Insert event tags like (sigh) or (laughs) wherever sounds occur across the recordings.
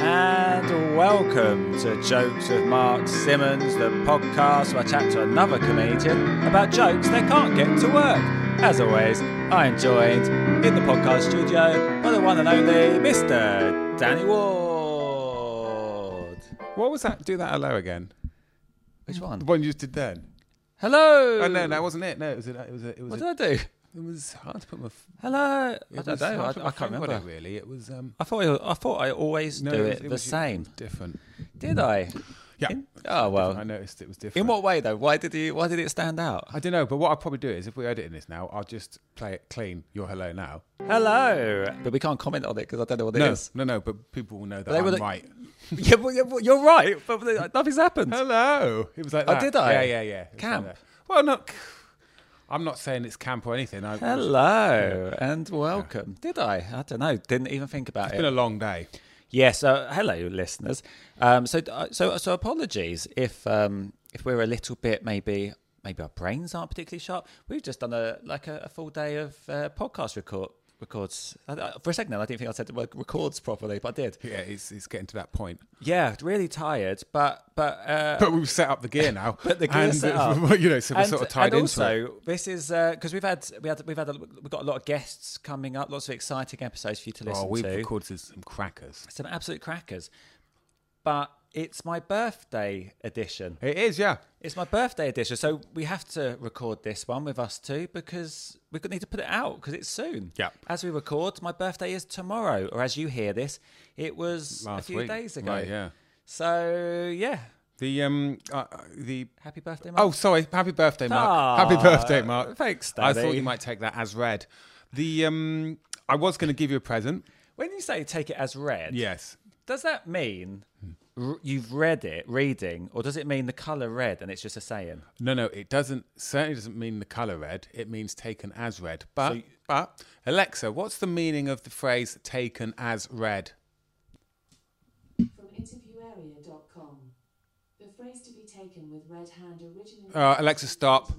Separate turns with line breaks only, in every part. and welcome to Jokes with Mark Simmons, the podcast where I chat to another comedian about jokes they can't get to work. As always, I am joined in the podcast studio by the one and only Mr. Danny Ward.
What was that? Do that hello again.
Which
The
one?
one you just did then.
Hello.
Oh no, that wasn't it. No, it was. A, it was. A, it was.
What
a-
did I do?
It was hard to put my. f-
Hello. I
it was
don't know. I,
hard to put my
I can't
finger on
remember.
It, really, it was. Um,
I thought I, I thought I always
no,
do
it, was-
it,
it
the
was-
same.
Different.
(laughs) Did I?
Yeah.
In- oh
I
well.
noticed it was different.
In what way though? Why did you? Why did it stand out?
I don't know, but what I'll probably do is if we're editing this now, I'll just play it clean. Your hello now.
Hello. But we can't comment on it because I don't know what it
no,
is. (laughs)
no, no. But people will know that
They
I'm
were like- (laughs)
right.
yeah, well, yeah, well, you're right, but the- nothing's happened.
Hello. It was like
Oh,
that.
did I?
Yeah, yeah, yeah. It was like
Camp.
that. well, not. I'm not saying it's camp or anything. I,
Hello and welcome. Did I? I don't know. Didn't even think about
It's
it.
been a long day.
Yes. Uh, hello, listeners. Um, so, uh, so, so, apologies if um, if we're a little bit maybe maybe our brains aren't particularly sharp. We've just done a like a, a full day of uh, podcast record records. I, I, for a second, I didn't think I said the word records properly, but I did.
Yeah, it's it's getting to that point.
Yeah, really tired, but but uh,
But we've set up the
(laughs)
gear now.
But the gear's
and,
set
uh,
up.
(laughs) you know, so we're
and,
sort of tied
and
into
also,
it.
this is because we've had we had we've had a, we've got a lot of guests coming up, lots of exciting episodes for you to listen
Oh, we've
to.
recorded some crackers.
Some absolute crackers, but it's my birthday edition.
It is, yeah.
It's my birthday edition, so we have to record this one with us too because we could need to put it out because it's soon.
Yeah.
As we record, my birthday is tomorrow, or as you hear this, it was a
Last
few
week.
days ago.
Right, yeah.
So yeah,
The um, uh, the
happy birthday, Mark.
oh, sorry, happy birthday, Mark.
Ah,
happy birthday, Mark.
thanks,
I thought
Daddy.
you might take that as read. The um, I was going to give you a present.
When you say take it as read,
Yes.
does that mean r- you've read it, reading, or does it mean the colour red and it's just a saying?
No, no, it doesn't. Certainly doesn't mean the color red. It means taken as red. But but Alexa, what's the meaning of the phrase taken as red?
From interviewaria.com. The phrase to be taken with red hand originally.
Uh, Alexa,
(laughs)
stop.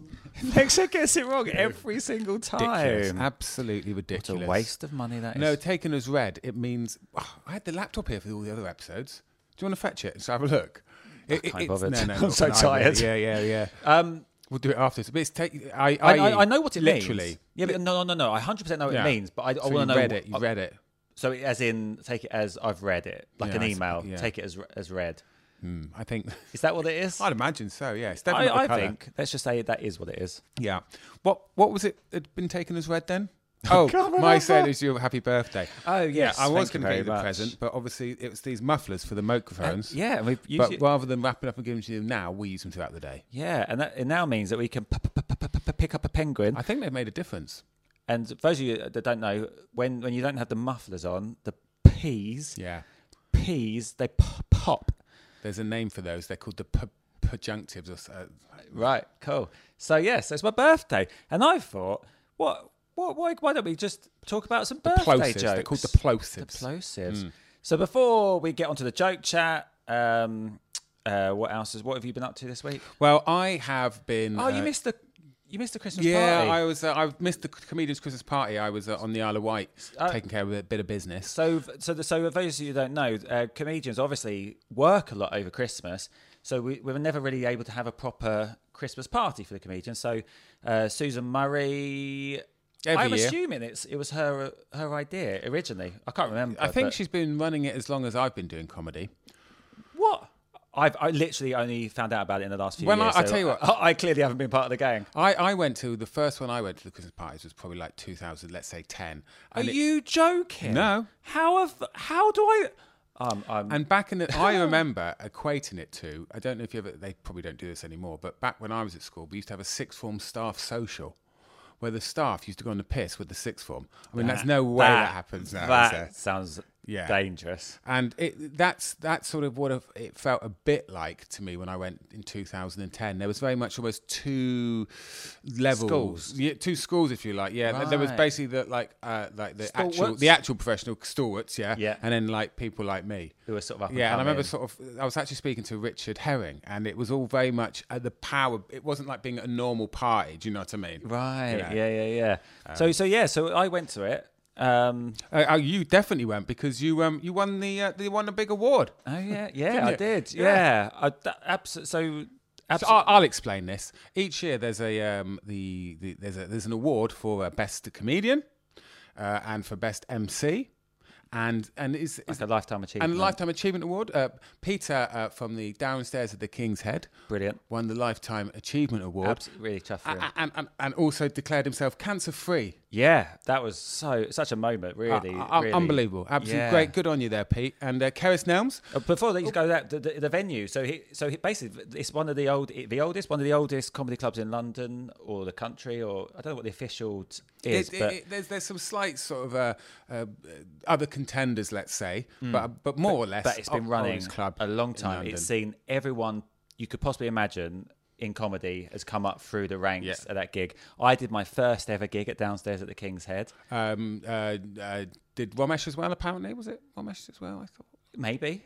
Alexa gets it (laughs) wrong every single
Ridiculous.
time.
Absolutely
What a
ridiculous.
waste of money that is.
No, taken as read, it means oh, I had the laptop here for all the other episodes. Do you want to fetch it and have a look? It,
Ah, can't
it's-
bother.
No, no,
(laughs) I'm
not
so
tonight,
tired.
really. Yeah, yeah, yeah.
um,
we'll do it after. But it's take. I,
I,
i.e.,
I, I know what it
literally.
means. Yeah, but no, no, no, no. I hundred percent know what
Yeah.
it means, but I, I
So
want to
you
know.
read it. You read it.
So it- as in, take it as I've read it, like
Yeah,
an
I see.
email.
Yeah.
Take it as re- as read.
Hmm, I think. (laughs)
Is that what it is?
I'd imagine so. Yeah, it's
I,
definitely
I
not the colour.
think let's just say that is what it is.
Yeah. What What was it? Had been taken as
(laughs)
red then? Oh,
can't
my
remember.
said is your happy birthday.
Oh, yes,
Yeah, I was
thank you
going to
very
get you the
much. Uh,
present, but obviously it was these mufflers for the microphones.
Yeah, and we've used
But
it-
rather than wrapping up and giving to them now, we use them throughout the day.
yeah, and that it now means that we can p- p- p- p- p- p- pick up a penguin.
I think they've made a difference.
And for those of you that don't know, when, when you don't have the mufflers on, the peas,
Yeah.
peas, they p- pop.
There's a name for those. They're called the per- perjunctives. Or, s- uh,
Right, cool. So yes, it's my birthday, and I thought, what, what, why, why don't we just talk about some birthday
plosives.
jokes?
They're called the plosives. Hmm.
The plosives. So before we get onto the joke chat, um, uh, what else is? What have you been up to this week?
well, I have been.
Oh, you
uh,
missed the, you missed the Christmas
Yeah,
party.
I was. Uh, I missed the comedian's Christmas party. I was uh, on the Isle of Wight,
Uh,
taking care of a bit of business.
So, so, the, so for those of you who don't know, uh, comedians obviously work a lot over Christmas, so we, we were never really able to have a proper Christmas party for the comedians. So, uh, Susan Murray.
Every
I'm
year.
assuming it's it was her her idea originally. I can't remember.
I think
but-
she's been running it as long as I've been doing comedy.
what I've I literally only found out about it in the last few
When I-
years.
I tell you
(laughs)
what-
I, I clearly haven't been part of the gang.
I, I went to the first one I went to the Christmas parties was probably like 2000, let's say 10.
Are
And it-
you joking?
No.
How have how do I? Um, I'm
And back in
(laughs)
the, I remember equating it to, I don't know if you ever, they probably don't do this anymore, but back when I was at school, we used to have a sixth form staff social where the staff used to go on the piss with the sixth form. I mean, that's no way that, happens now. is
That
there?
sounds
Yeah.
dangerous.
And it, that's that's sort of what of- it felt a bit like to me when I went in 2010. There was very much almost two levels,
Schools.
Yeah, two schools, if you like. Yeah, There- there was
Right.
basically the like uh, like the actual
Stalwarts?
the actual professional stalwarts, yeah,
Yeah.
and then like people like me
Who were sort of up and
yeah. And I remember
coming.
sort of I was actually speaking to Richard Herring, and it was all very much uh, the power. It wasn't like being at a normal party. Do you know what I mean?
Right.
You know?
Yeah. Yeah. Yeah. so
Um,
so yeah. So I went to it. Um,
Uh, oh, you definitely went because you um you won the uh, you won a big award.
oh (laughs) yeah.
Didn't
Yeah. I
you?
did.
Yeah.
Yeah. I, that, abso- so.
So
Absolutely.
I'll, I'll explain this. Each year, there's a um, the, the there's a there's an award for uh, best comedian, uh, and for best MC, and and is
Like a lifetime achievement.
and lifetime achievement award. Uh, Peter uh, from the downstairs of the King's Head,
Brilliant.
won the lifetime achievement award.
Absolutely really tough. for him.
A- a- and, and, and also declared himself Uh, cancer free.
yeah, that was so such a moment. Really, really.
Ah, uh, Unbelievable. Absolutely
Yeah.
great. Good Oh. on you there, Pete. And uh, Keris Nelms.
Uh, Before they go that the, the, the venue, so he, so he basically it's one of the old, the oldest, one of the oldest comedy clubs in London or the country, or I don't know what the official t- is,
It- it-
but
it- there's there's some slight sort of uh, uh, other contenders, let's say, but but more or less.
Hmm. but it's been
Orange
running
Club
a long
in
time. It's
London.
seen everyone you could possibly imagine in comedy has come up through the ranks
Yeah.
at that gig. I did my first ever gig at downstairs at the King's Head.
Um, uh, uh, did Ramesh as well? Apparently, was it Ramesh as well? I thought
Maybe,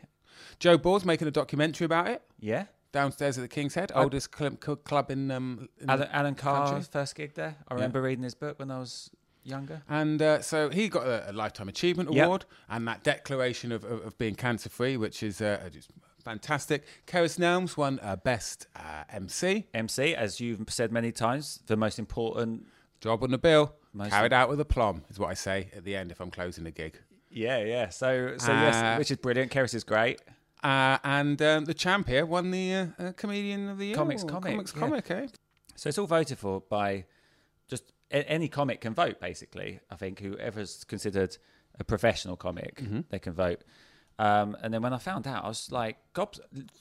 Joe Bore's making a documentary about it
yeah.
downstairs at the King's Head, oldest cl- cl- club in. Um, in
Alan, Alan Carr's
country?
first gig there. I remember reading his book when I was younger.
and uh, so he got a, a lifetime achievement
Yep.
award and that declaration of, of, of being cancer free, which is uh, just fantastic. Keris Nelms won uh, best uh, MC.
MC, as you've said many times, the most important
Job on the bill,
Most-
carried out with aplomb is what I say at the end if I'm closing the gig.
Yeah, yeah. So, so
Uh,
yes, which is brilliant. Keris is great.
Uh, and um, the champ here won the uh, uh, comedian of the year.
Comics
award.
comic,
comics
yeah.
comic, eh?
So it's all voted for by just a- any comic can vote. Basically, I think whoever's considered a professional comic,
Mm-hmm.
they can vote. Um, and then when I found out, I was like gobs-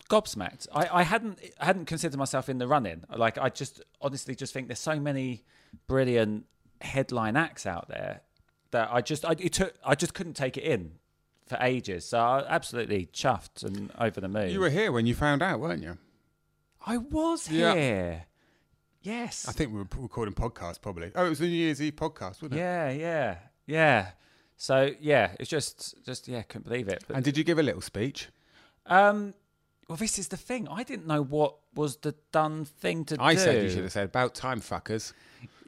gobsmacked. I, I hadn't I hadn't considered myself in the running. Like I just honestly just think there's so many brilliant headline acts out there that I just I it took I just couldn't take it in for ages. So I was absolutely chuffed and over the moon.
You were here when you found out, weren't you?
I was
Yeah.
here. Yes.
I think we were p- recording podcasts probably. Oh, it was the New Year's Eve podcast, wasn't it?
Yeah, yeah, yeah. So yeah, it's just, just yeah, couldn't believe it. But,
And did you give a little speech?
um, well, this is the thing. I didn't know what was the done thing to
I
do.
said you should have said about time, fuckers.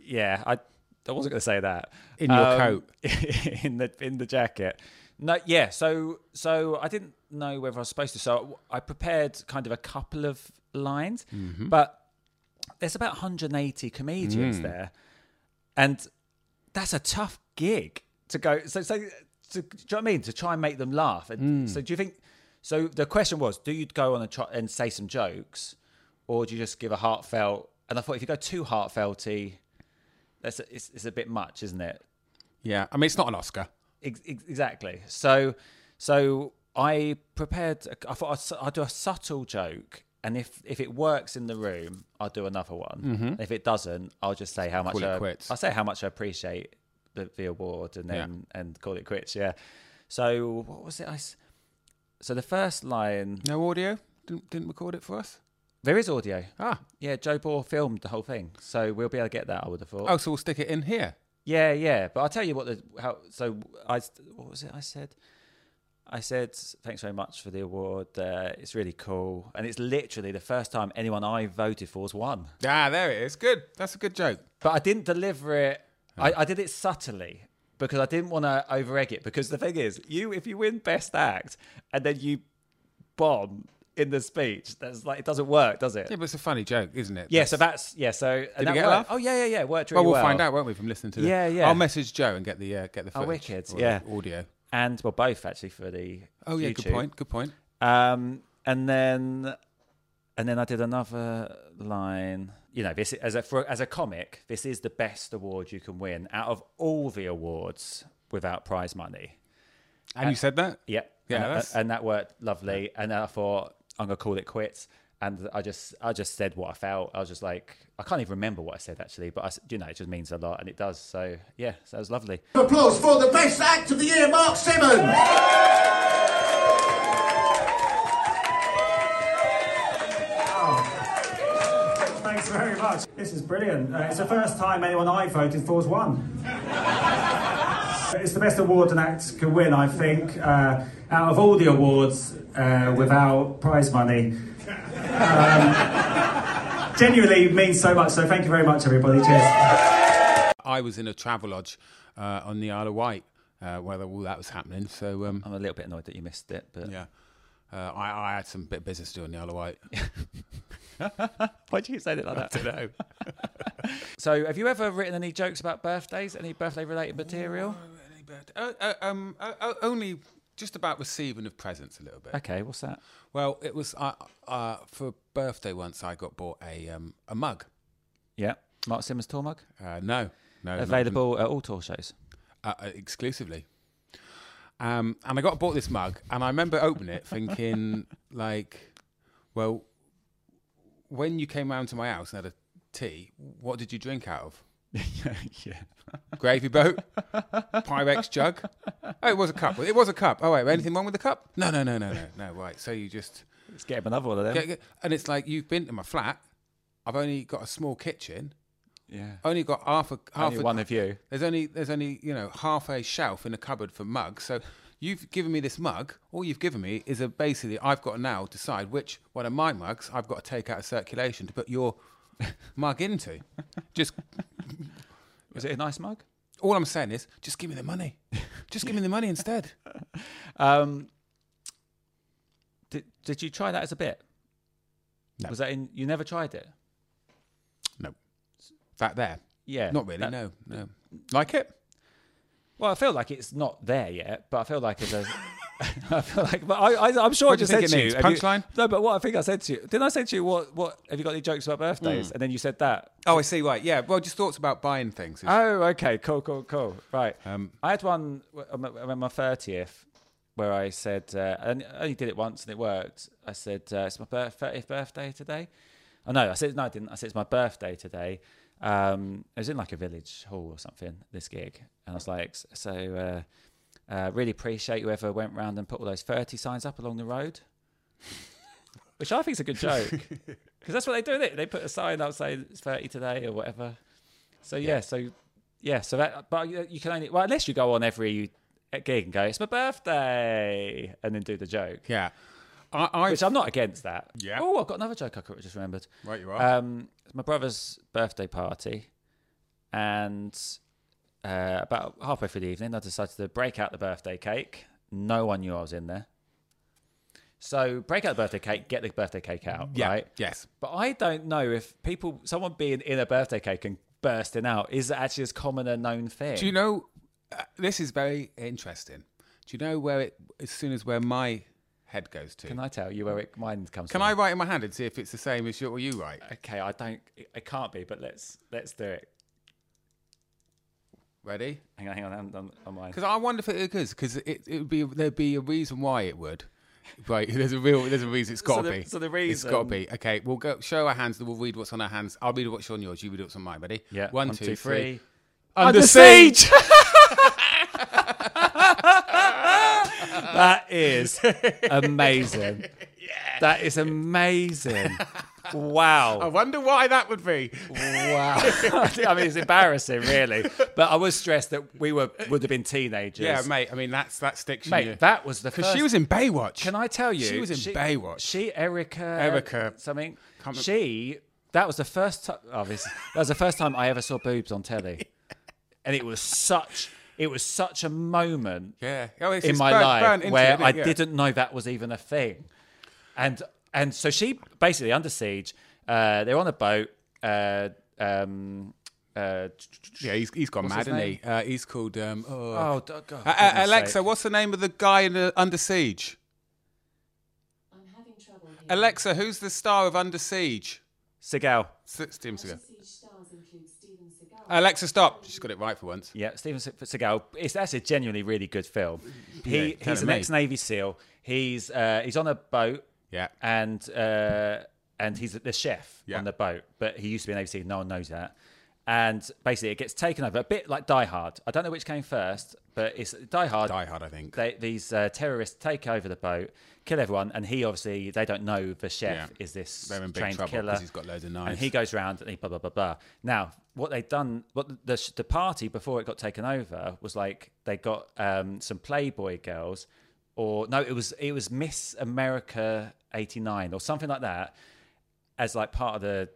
Yeah, I, I wasn't going to say that. Um,
In your coat.
(laughs) in the in the jacket. No, yeah. So so I didn't know whether I was supposed to. So I prepared kind of a couple of lines,
Mm-hmm.
but there's about 180
Mm.
comedians there, and that's a tough gig to go. So so. To, do you know what I mean? To try and make them laugh. And
Mm.
So do you think? So the question was, do you go on and try and say some jokes, or do you just give a heartfelt? And I thought if you go too heartfelty, that's a, it's, it's a bit much, isn't it?
Yeah, I mean it's not an Oscar.
Ex- ex- exactly. So, so I prepared. a- I thought I'd, su- I'd do a subtle joke, and if if it works in the room, I'll do another one. And if it doesn't, I'll just say how much
Mm-hmm. Call it
I,
quits.
I'll say how much I appreciate the, the award, and then and call it quits. Yeah. So what was it? I s- so the first line.
No audio. Didn't didn't record it for us.
There is audio.
Ah,
Yeah, Joe Bohr filmed the whole thing, so we'll be able to get that. I would have thought.
oh, so we'll stick it in here.
Yeah, yeah. But I'll tell you what the how. So I what was it I said? I said thanks very much for the award. Uh, it's really cool, and it's literally the first time anyone I voted for has won.
Ah, there it is. Good. That's a good joke.
But I didn't deliver it. I, I did it subtly because I didn't want to over egg it. Because the thing is, you if you win best act and then you bomb in the speech, that's like it doesn't work, does it?
Yeah, but it's a funny joke, isn't it?
Yeah, so that's yeah. So and
Did
that
we get a
worked.
laugh?
Oh yeah, yeah, yeah. it Worked really
Well,
well.
we'll find out, won't we, from listening to the.
Yeah, yeah.
I'll message Joe and get the uh, get the.
Oh,
footage
wicked,
or
yeah.
Audio.
and well, both actually for the
Oh yeah,
YouTube.
good point. Good point.
Um, and then and then I did another line. You know, this as a for, as a comic, this is the best award you can win out of all the awards without prize money.
And you said that?
Yep.
Yeah,
And,
that's-
and that worked lovely. And then I thought I'm gonna call it quits. And I just I just said what I felt. I was just like I can't even remember what I said actually, but I s you know it just means a lot and it does. So yeah, so it was lovely.
Applause for the best act of the year, Mark Simmons.
Thanks very much. This is brilliant. Uh, it's the first time anyone I voted for has won. it's the best award an act can win, I think, uh, out of all the awards uh, without prize money. Um, genuinely means so much. So thank you very much, everybody. Cheers.
I was in a travelodge uh, on the Isle of Wight uh, where all that was happening. So um,
I'm a little bit annoyed that you missed it, but
yeah, uh, I, I had some bit of business to do on the Isle of Wight.
why do you say it like that?
(laughs) I don't (laughs) know.
So, have you ever written any jokes about birthdays? Any birthday related material?
Really bad. Uh, uh, um, uh, uh, only just about receiving of presents a little bit.
Okay, what's that?
Well, it was uh, uh, for birthday once. I got bought a um, a mug.
Yeah. Mark Simmons tour mug
Uh, no, no, not-
available at all tour
(laughs)
shows.
uh, uh, exclusively. Um, and I got bought this mug, and I remember opening it thinking, (laughs) like, well, when you came round to my house and had a tea, what did you drink out of?
yeah.
Gravy boat, Pyrex jug. Oh, it was a cup. It was a cup. Oh wait, anything wrong with the cup? No, no, no, no, no, no. Right. So you just
Let's get him another one of them.
get, get- and it's like you've been to my flat. I've only got a small kitchen.
yeah.
Only got half a half
Only
a,
one of you.
There's only there's only you know half a shelf in a cupboard for mugs. So you've given me this mug. All you've given me is a basically I've got to now decide which one of my mugs I've got to take out of circulation to put your (laughs) mug into. Just
Was it a nice mug?
all I'm saying is just give me the money. Just give me the money
(laughs)
instead.
Um, did Did you try that as a bit?
No.
Was that in? You never tried it.
No, that there.
Yeah.
Not really.
that-
No, no. Like it?
Well, I feel like it's not there yet, but I feel like
(laughs)
it's a. (laughs) I feel like, but I, I, I'm sure
What
I
do
just
you
said
think it
to you
needs?
have you-
Punchline?
No, but what I think I said to you, didn't I say to you what what have you got any jokes about birthdays?
Hmm.
And then you said that.
Oh, I see. Right. Yeah. Well, just thoughts about buying things. is-
Oh, okay, cool, cool, cool. Right. I had one w- on my- on my thirtieth where I said, uh, and I only did it once and it worked. I said, uh, "It's my thirtieth birthday today." Oh no, I said no, I didn't. I said it's my birthday today. Um, it was in like a village hall or something. This gig, and I was like, s- "So, uh, uh, really appreciate whoever went round and put all those thirty signs up along the road," which I think is a good joke because that's what they do. They they put a sign up saying it's thirty today or whatever. So yeah, so yeah, so that but you you can only well unless you go on every gig and go it's my birthday and then do the joke,
Yeah. I, I
which I'm not against that.
Yeah.
Oh, I've got another joke I could- just remembered.
Right, you are.
Um, it's my brother's birthday party, and uh, about halfway through the evening, I decided to break out the birthday cake. No one knew I was in there. So break out the birthday cake, get the birthday cake out,
yeah.
right?
Yes.
But I don't know if people, someone being in a birthday cake and bursting out is actually as common a known thing.
Do you know? Uh, this is very interesting. Do you know where it? As soon as where my head goes to.
Can I tell you where it, mine comes
Can I
from?
write in my hand and see if it's the same as your, what you write?
Okay, I don't. It can't be, but let's let's do it.
Ready?
Hang on, hang on, I haven't done on mine.
Because I wonder if it is. Because it, it would be there'd be a reason why it would. Right, (laughs) there's a real, there's a reason. It's got to
the-
be.
so the
it's got to
reason-
be. Okay, we'll go show our hands. then We'll read what's on our hands. I'll read what's on yours. You read what's on mine. Ready?
Yeah,
One,
one,
two,
two,
three.
three.
Under siege.
(laughs)
(laughs)
That is amazing. That is amazing.
I
Wow.
wonder why that would be.
Wow. (laughs) I mean, it's embarrassing, really. But I was stressed that we were would have been teenagers.
Yeah, mate. I mean, that's that sticks. in
Mate,
you.
that was the
because
first.
she was in Baywatch.
Can I tell you?
She was in Baywatch.
She Erica.
Erica.
Something.
Can't rem-
She. That was the first time. Oh, this, that was the first time I ever saw boobs on
(laughs)
telly, and it was such. It was such a moment
Yeah. Oh, it's-
in
it's
my
burnt- burnt
life
into
where
it,
I
yeah.
didn't know that was even a thing, and and so she basically under siege. Uh, they're on a boat. Uh, um, uh,
Yeah, he's, he's gone
What's his
mad, isn't
name?
he? Uh, he's called. Um, oh,
oh, d- God,
Uh, uh,
goodness
Alexa,
sake.
what's the name of the guy in the, under siege?
I'm having trouble
Alexa, who's the star of Under Siege?
Seagal.
Six teams ago.
Siege stars include Steven Seagal.
Alexa, stop. She's got it right for once.
Yeah, Steven Se- Seagal. It's that's a genuinely really good film. He
tell
he's
him
an
me.
ex Navy SEAL. He's uh, he's on a boat.
Yeah.
And uh, and he's the chef
Yeah.
on the boat, but he used to be an Navy SEAL. No one knows that. And basically, it gets taken over a bit like Die Hard. I don't know which came first, but it's Die Hard.
Die Hard, I think.
They, these uh, terrorists take over the boat, kill everyone, and he obviously they don't know the chef
Yeah.
is this
They're in big
trained
trouble 'cause
killer.
he's got loads of
And
knives.
he goes round and he blah blah blah blah. Now, what they done, what the the party before it got taken over was like they got um, some Playboy girls, or no, it was it was Miss America '89 or something like that, as like part of the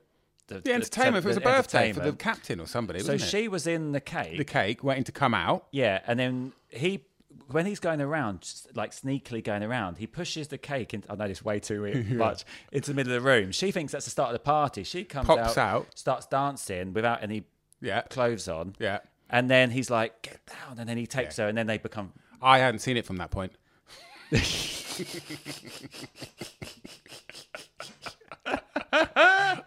the,
The entertainment.
the-
if it was a
the
birthday for the
entertainment.
captain or somebody,
So
wasn't it?
she was in the cake.
the cake waiting to come out.
Yeah, and then he, when he's going around, just, like sneakily going around, he pushes the cake. In, I know this way
(laughs)
too e, much into the middle of the room. She thinks that's the start of the party. She comes
Pops out.
starts dancing without any
Yeah.
clothes on.
Yeah.
and then he's like, "Get down!" And then he takes her, and then they become.
I hadn't seen it from that point. well,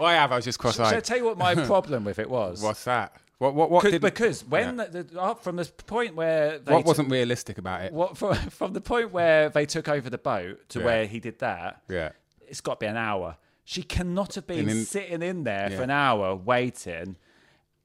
I have. I was just
Shall I
cross-eyed.
tell you what
(laughs)
my problem with it was?
What's that? What? What? What?
Could-
did,
because when the, the, up from the point where they
what
took-
wasn't realistic about it?
what from, (laughs) from the point where they took over the boat to
Eh. Yeah.
where he did that,
Yeah.
it's got to be an hour. She cannot have been
And then-
sitting in there
Yeah.
for an hour waiting,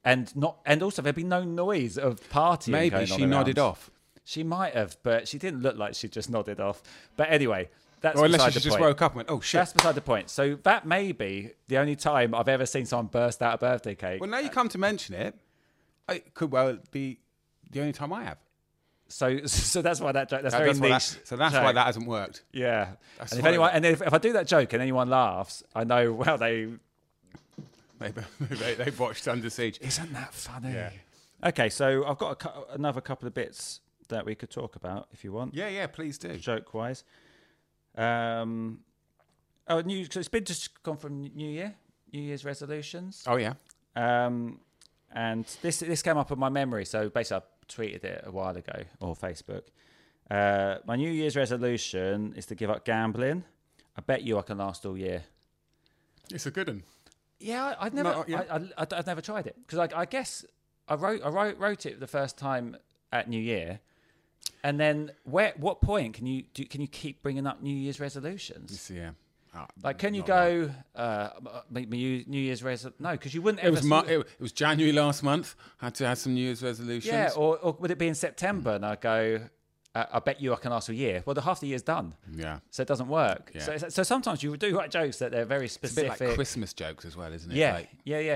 and not and also there'd be no noise of partying.
Maybe
going
she
on
nodded
around.
off,
She might have, but she didn't look like she just nodded off. But anyway, that's
or unless
beside
she
the
just
point.
woke up and went, "Oh shit."
That's beside the point. So that may be the only time I've ever seen someone burst out a birthday cake.
well, now you come to mention it, it could well be the only time I have.
so (laughs) so that's why that joke. That's
That-
very
that's why that-
niche.
so that's
joke.
why that hasn't worked. (laughs)
Yeah.
That's
And if
funny.
anyone, and if, if I do that joke and anyone laughs, I know (laughs) well they
They, they, they watched Under
(laughs)
Siege.
Isn't that funny? Okay, so I've got a, cou- another couple of bits that we could talk about if you want,
Yeah, yeah. Please do.
joke wise. Um, oh, new. So it's been just gone from New Year, New Year's resolutions.
Oh yeah.
Um, and this this came up in my memory, so basically I tweeted it a while ago or Facebook. Uh, my New Year's resolution is to give up gambling. I bet you I can last all year.
It's a good one.
Yeah, I- I'd never,
No, uh, yeah.
I, I, I'd, I'd never tried it because I, I guess I wrote, I wrote, wrote it the first time at New Year, and then where, what point can you do? Can you keep bringing up New Year's resolutions?
So, yeah. Ah,
Like, can you
not right.
go uh, my, my New New Year's resolution? No, because you wouldn't
It
ever.
was mu- it, it was January last month. Had to have some New Year's resolutions.
yeah, or, or would it be in September? And I go, uh, I bet you I can last all year. Well, the half the year's done,
yeah.
so it doesn't work.
Yeah.
So, it's- so sometimes you do write jokes that they're very
It's a bit
specific.
like Christmas jokes as well, isn't it?
yeah,
Like,
yeah, yeah.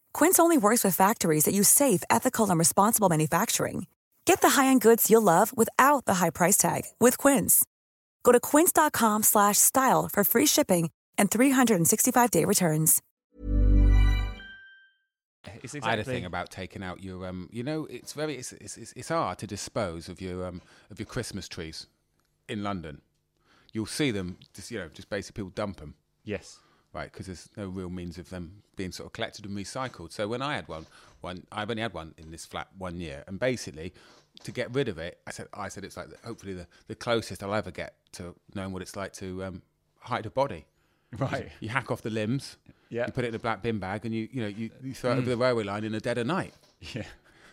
Quince only works with factories that use safe, ethical, and responsible manufacturing. Get the high-end goods you'll love without the high price tag with Quince. Go to quince.com slash style for free shipping and 365-day returns.
It's
I had a
exactly-
thing about taking out your, um, you know, it's very, it's, it's, it's, it's hard to dispose of your, um, of your Christmas trees in London. You'll see them, just you know, just basically people dump them.
Yes.
Right, because there's no real means of them being sort of collected and recycled. So when I had one, one I've only had one in this flat one year, and basically to get rid of it, I said, I said it's like the, hopefully the, the closest I'll ever get to knowing what it's like to um, hide a body.
Right.
You hack off the limbs.
(laughs) Yeah.
You put it in a black bin bag, and you you know you, you throw it
Mm.
over the railway line in the dead of night.
Yeah.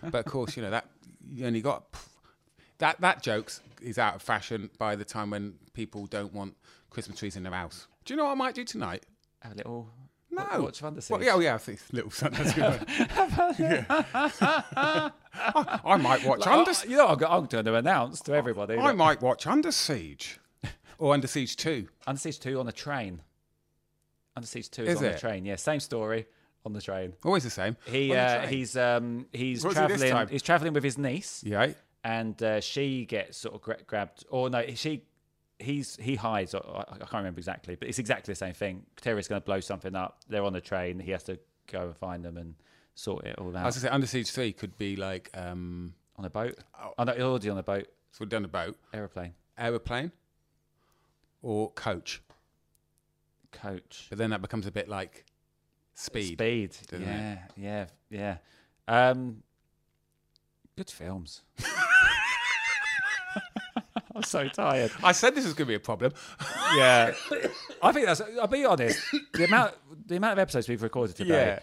but of course, you know that you only got that that jokes is out of fashion by the time when people don't want Christmas trees in their house. Do you know what I might do tonight?
Have a little.
No.
Watch Van der
Well,
Siege. (laughs)
yeah, oh, yeah, I think little son. That's good. I, I might watch
Like,
Under.
I- You know, I'm, I'm going to announce
Oh,
to everybody.
I might watch
(laughs)
Under Siege or Under Siege Two.
Under Siege 2 on a train. Under Siege 2 is,
Is
on
it?
a train. Yeah, same story on the train.
Always the same.
He
On the
uh,
train.
he's um he's
What was he this
traveling
time?
he's traveling with his niece.
Yeah.
And uh, she gets sort of gra- grabbed or no, she he's he hides or, I, I can't remember exactly, but it's exactly the same thing. Terry's going to blow something up. They're on the train. He has to go and find them and sort it all
I
out.
was gonna say Under Siege Three could be like um,
on a boat. Oh no, already on a boat.
So we've done a boat,
Aeroplane.
aeroplane, or coach.
Coach.
But then that becomes a bit like speed.
Speed.
doesn't it?
yeah, yeah, yeah. Um, good
(laughs)
films. I'm so tired.
(laughs) I said this was going to be a problem.
(laughs)
(laughs)
Yeah, I think that's. I'll be honest. The amount, the amount of episodes we've recorded today.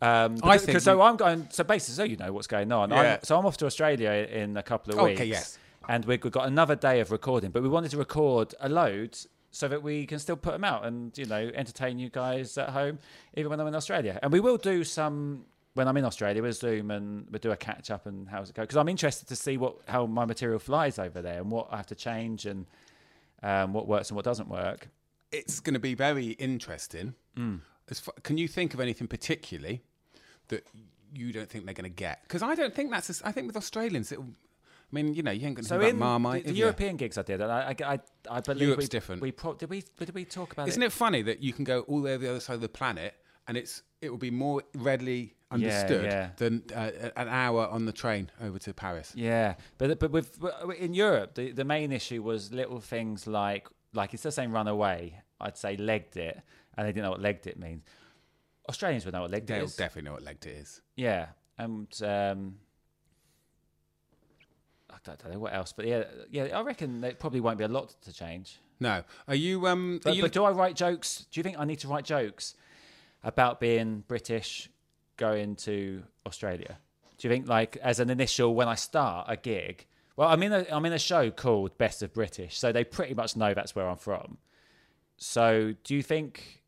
Um,
I
because-
think
because- so.
we-
I'm going. So basically, so you know what's going on.
Yeah.
I'm, so I'm off to Australia in a couple of
Okay,
weeks.
yes.
And we- we've got another day of recording, but we wanted to record a load so that we can still put them out and you know entertain you guys at home, even when I'm in Australia. And we will do some when I'm in Australia. We'll zoom and we'll do a catch up and how's it go because I'm interested to see what how my material flies over there and what I have to change and um, what works and what doesn't work.
It's going to be very interesting.
Mm.
As fa- can you think of anything particularly that you don't think they're going to get? Because I don't think that's. I think with Australians, it'll, I mean, you know, you ain't going to
So
talk
in
about
the,
Marmite.
the
have you?
European gigs I did, and I, I, I, I believe
Europe's
we,
different.
We pro- did we did we talk about
Isn't it funny that you can go all the way to the other side of the planet and it's it will be more readily understood
yeah.
than uh, an hour on the train over to Paris?
Yeah, but but with in Europe, the, the main issue was little things like like instead of saying run away, I'd say legged it, and they didn't know what legged it means. Australians would know what legged it
They'll
is.
definitely know what legged it is.
yeah, and um, I don't, know what else, but yeah, yeah, I reckon there probably won't be a lot to change.
No, are you? Um, are
But,
you
but do I write jokes? Do you think I need to write jokes about being British going to Australia? Do you think like as an initial when I start a gig? Well, I'm in a I'm in a show called Best of British, so they pretty much know that's where I'm from. So do you think?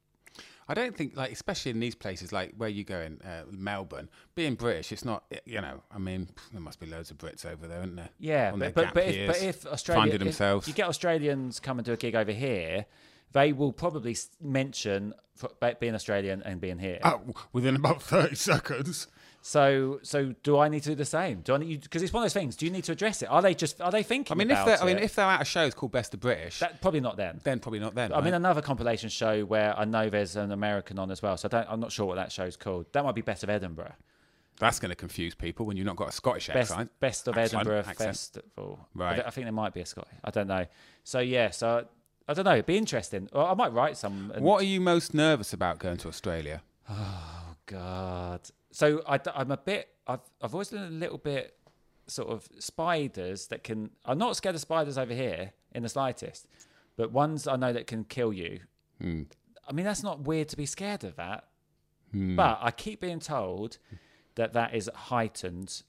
I don't think, like, especially in these places, like where you go in uh, Melbourne, being British, it's not, you know, I mean, there must be loads of Brits over there, isn't there?
Yeah, but
On their
but,
gap
but, if,
years,
but if Australia
funded
if
themselves.
you get Australians come and do a gig over here, they will probably s- mention fr- being Australian and being here.
oh, within about thirty seconds.
So, so do I need to do the same? Do I need because it's one of those things? Do you need to address it? Are they just are they thinking?
I mean, if
about
they're, I mean,
it?
if they're out of shows called Best of British,
that probably not then.
then probably not then.
I'm in
right?
another compilation show where I know there's an American on as well, so I don't, I'm not sure what that show's called. That might be Best of Edinburgh,
that's going to confuse people when you've not got a Scottish
Best
accent.
Best of
Accent,
Edinburgh
accent.
Festival. I,
Right.
don't- I think there might be a Scottish. I don't know. So yeah, so I don't know. It'd be interesting. Well, I might write some. and-
What are you most nervous about going to Australia?
Oh God! So I, am a bit. I've I've always been a little bit sort of spiders that can. I'm not scared of spiders over here in the slightest, but ones I know that can kill you.
Hmm.
I mean, that's not weird to be scared of that.
Hmm.
But I keep being told that that is heightened,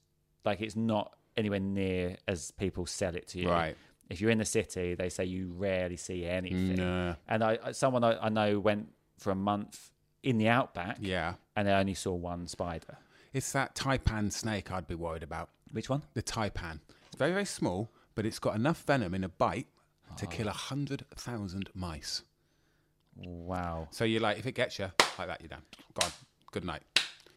like it's not anywhere near as people sell it to you.
Right.
If you're in the city, they say you rarely see anything.
Nah.
And I, I- someone I, I know went for a month in the outback
Yeah.
and they only saw one spider.
It's that taipan snake I'd be worried about.
Which one?
The taipan. It's very, very small, but it's got enough venom in a bite to
Oh.
kill 100,000 mice.
Wow.
So you're like, if it gets you, like that, you're done. God, good night.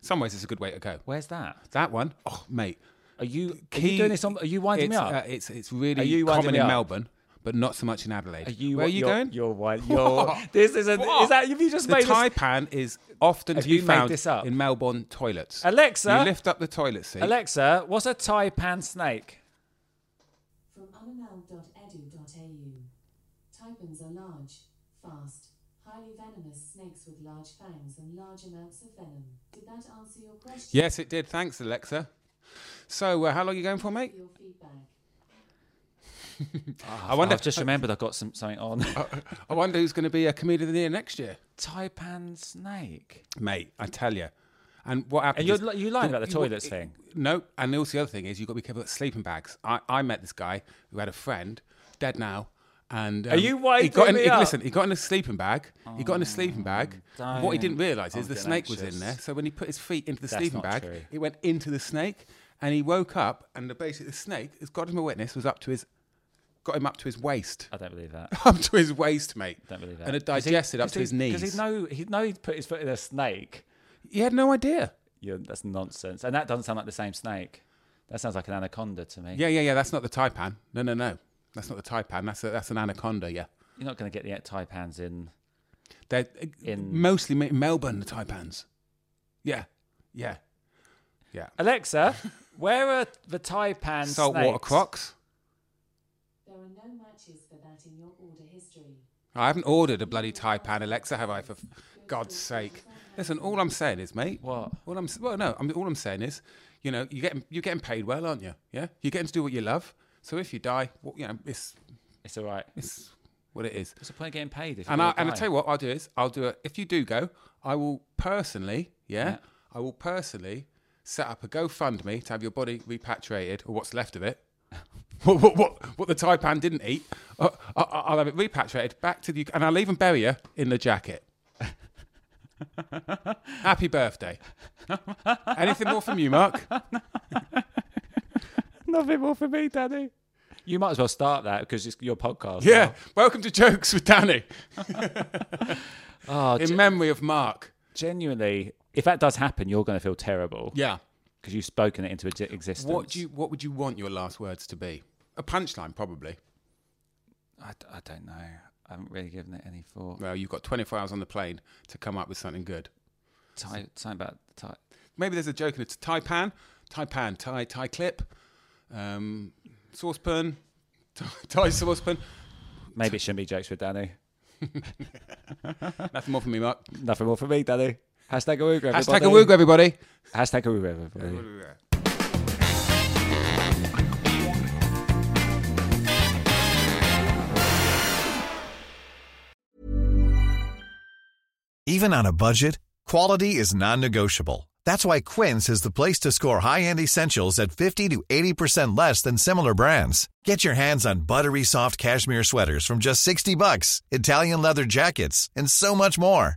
Some ways it's a good way to go.
Where's that?
That one, oh mate.
Are you, are you doing this on? Are you winding me
it's,
up?
uh, it's it's really
Are you winding
common
me
in
up?
Melbourne, but not so much in Adelaide.
Are you?
Where are you
you're,
going? (laughs)
You're wild. You're, this is a.
What?
Is that? Have you just
the
made this?
taipan is often
Have
to
you
be
made
found
this up?
in Melbourne toilets.
Alexa?
you lift up the toilet seat.
Alexa, what's a taipan snake?
From unamel.edu.au. Taipans are large, fast, highly venomous snakes with large fangs and large amounts of venom. Did that answer your question?
Yes, it did. Thanks, Alexa. So, uh, how long are you going for, mate?
Your feedback.
I
wonder-
Ah,
Uh,
I've just remembered I've got some, something
(laughs)
on. (laughs)
I wonder who's going to be a comedian of the year next year,
taipan snake.
mate. I tell you. And what
And
happened?
you're
is-
li- you lying about the
you-
toilets thing.
No, and also the other thing is you've got to be careful about sleeping bags. I, I met this guy who had a friend, dead now, and um,
Are you
he got
winding
in,
me
he-
up?
Listen, he got in a sleeping bag. he got in a sleeping bag.
I'm
What he didn't
dying.
realise is
I'm
the
getting
snake was
anxious.
in there. So when he put his feet into the
That's
sleeping
not
bag,
true.
it went into the snake, and he woke up, and the basically the snake, as God is my witness, was up to his, got him up to his waist,
I don't believe that.
(laughs) up to his waist, mate.
Uh, Don't believe that.
And it digested up to his knees.
Because he know he know he'd put his foot in a snake.
he had no idea.
Yeah, that's nonsense. And that doesn't sound like the same snake. That sounds like an anaconda to me.
Yeah, yeah, yeah. That's not the taipan. No, no, no. That's not the taipan. That's a, that's an anaconda. Yeah.
You're not going to get the taipans in.
They're
In-
in mostly ma- Melbourne, the Taipans. Yeah, yeah, yeah.
Alexa, where are the taipan
Saltwater
snakes?
crocs.
There are no matches for that in your order history.
I haven't ordered a bloody Taipan, Alexa, have I? For f- God's sake! Listen, all I'm saying is, mate.
What?
All I'm s- well, no. I'm, all I'm saying is, you know, you're getting you're getting paid well, aren't you? Yeah, you're getting to do what you love. So if you die, well, you know, it's
It's all right.
it's what it is.
What's the point of getting paid if
And
you're
I
gonna
and I
die?
tell you what I'll do is I'll do it. If you do go, I will personally, yeah,
Yeah.
I will personally set up a GoFundMe to have your body repatriated or what's left of it. (laughs) what, what, what, what the taipan didn't eat, uh, I, I- I'll have it repatriated back to the UK, and I'll even bury you in
(laughs)
the jacket. Happy birthday! Anything more from you, Mark?
Nothing more for me, Daddy. You might as well start that because it's your podcast.
Yeah, welcome to Jokes with Danny
now. (laughs) Oh,
in
ge-
memory of Mark.
genuinely, if that does happen, you're going to feel terrible
Yeah.
because you've spoken it into ex- existence.
What do you, What would you want your last words to be? A punchline, probably.
I, d- I don't know. I haven't really given it any thought.
Well, you've got 24 hours on the plane to come up with something good.
Ty, something about Ty.
Maybe there's a joke in it. Taipan, Taipan, Thai, Thai clip, um, saucepan, (laughs) Thai, Thai saucepan.
Maybe it shouldn't be jokes with Danny.
Nothing more from me, Mark.
Nothing more for me, Danny. Hashtag Awooga,
Hashtag
everybody.
a wooga, everybody.
Hashtag Awooga, everybody.
Even on a budget, quality is non-negotiable. That's why Quince is the place to score high-end essentials at 50 to 80% less than similar brands. Get your hands on buttery soft cashmere sweaters from just 60 bucks, Italian leather jackets, and so much more.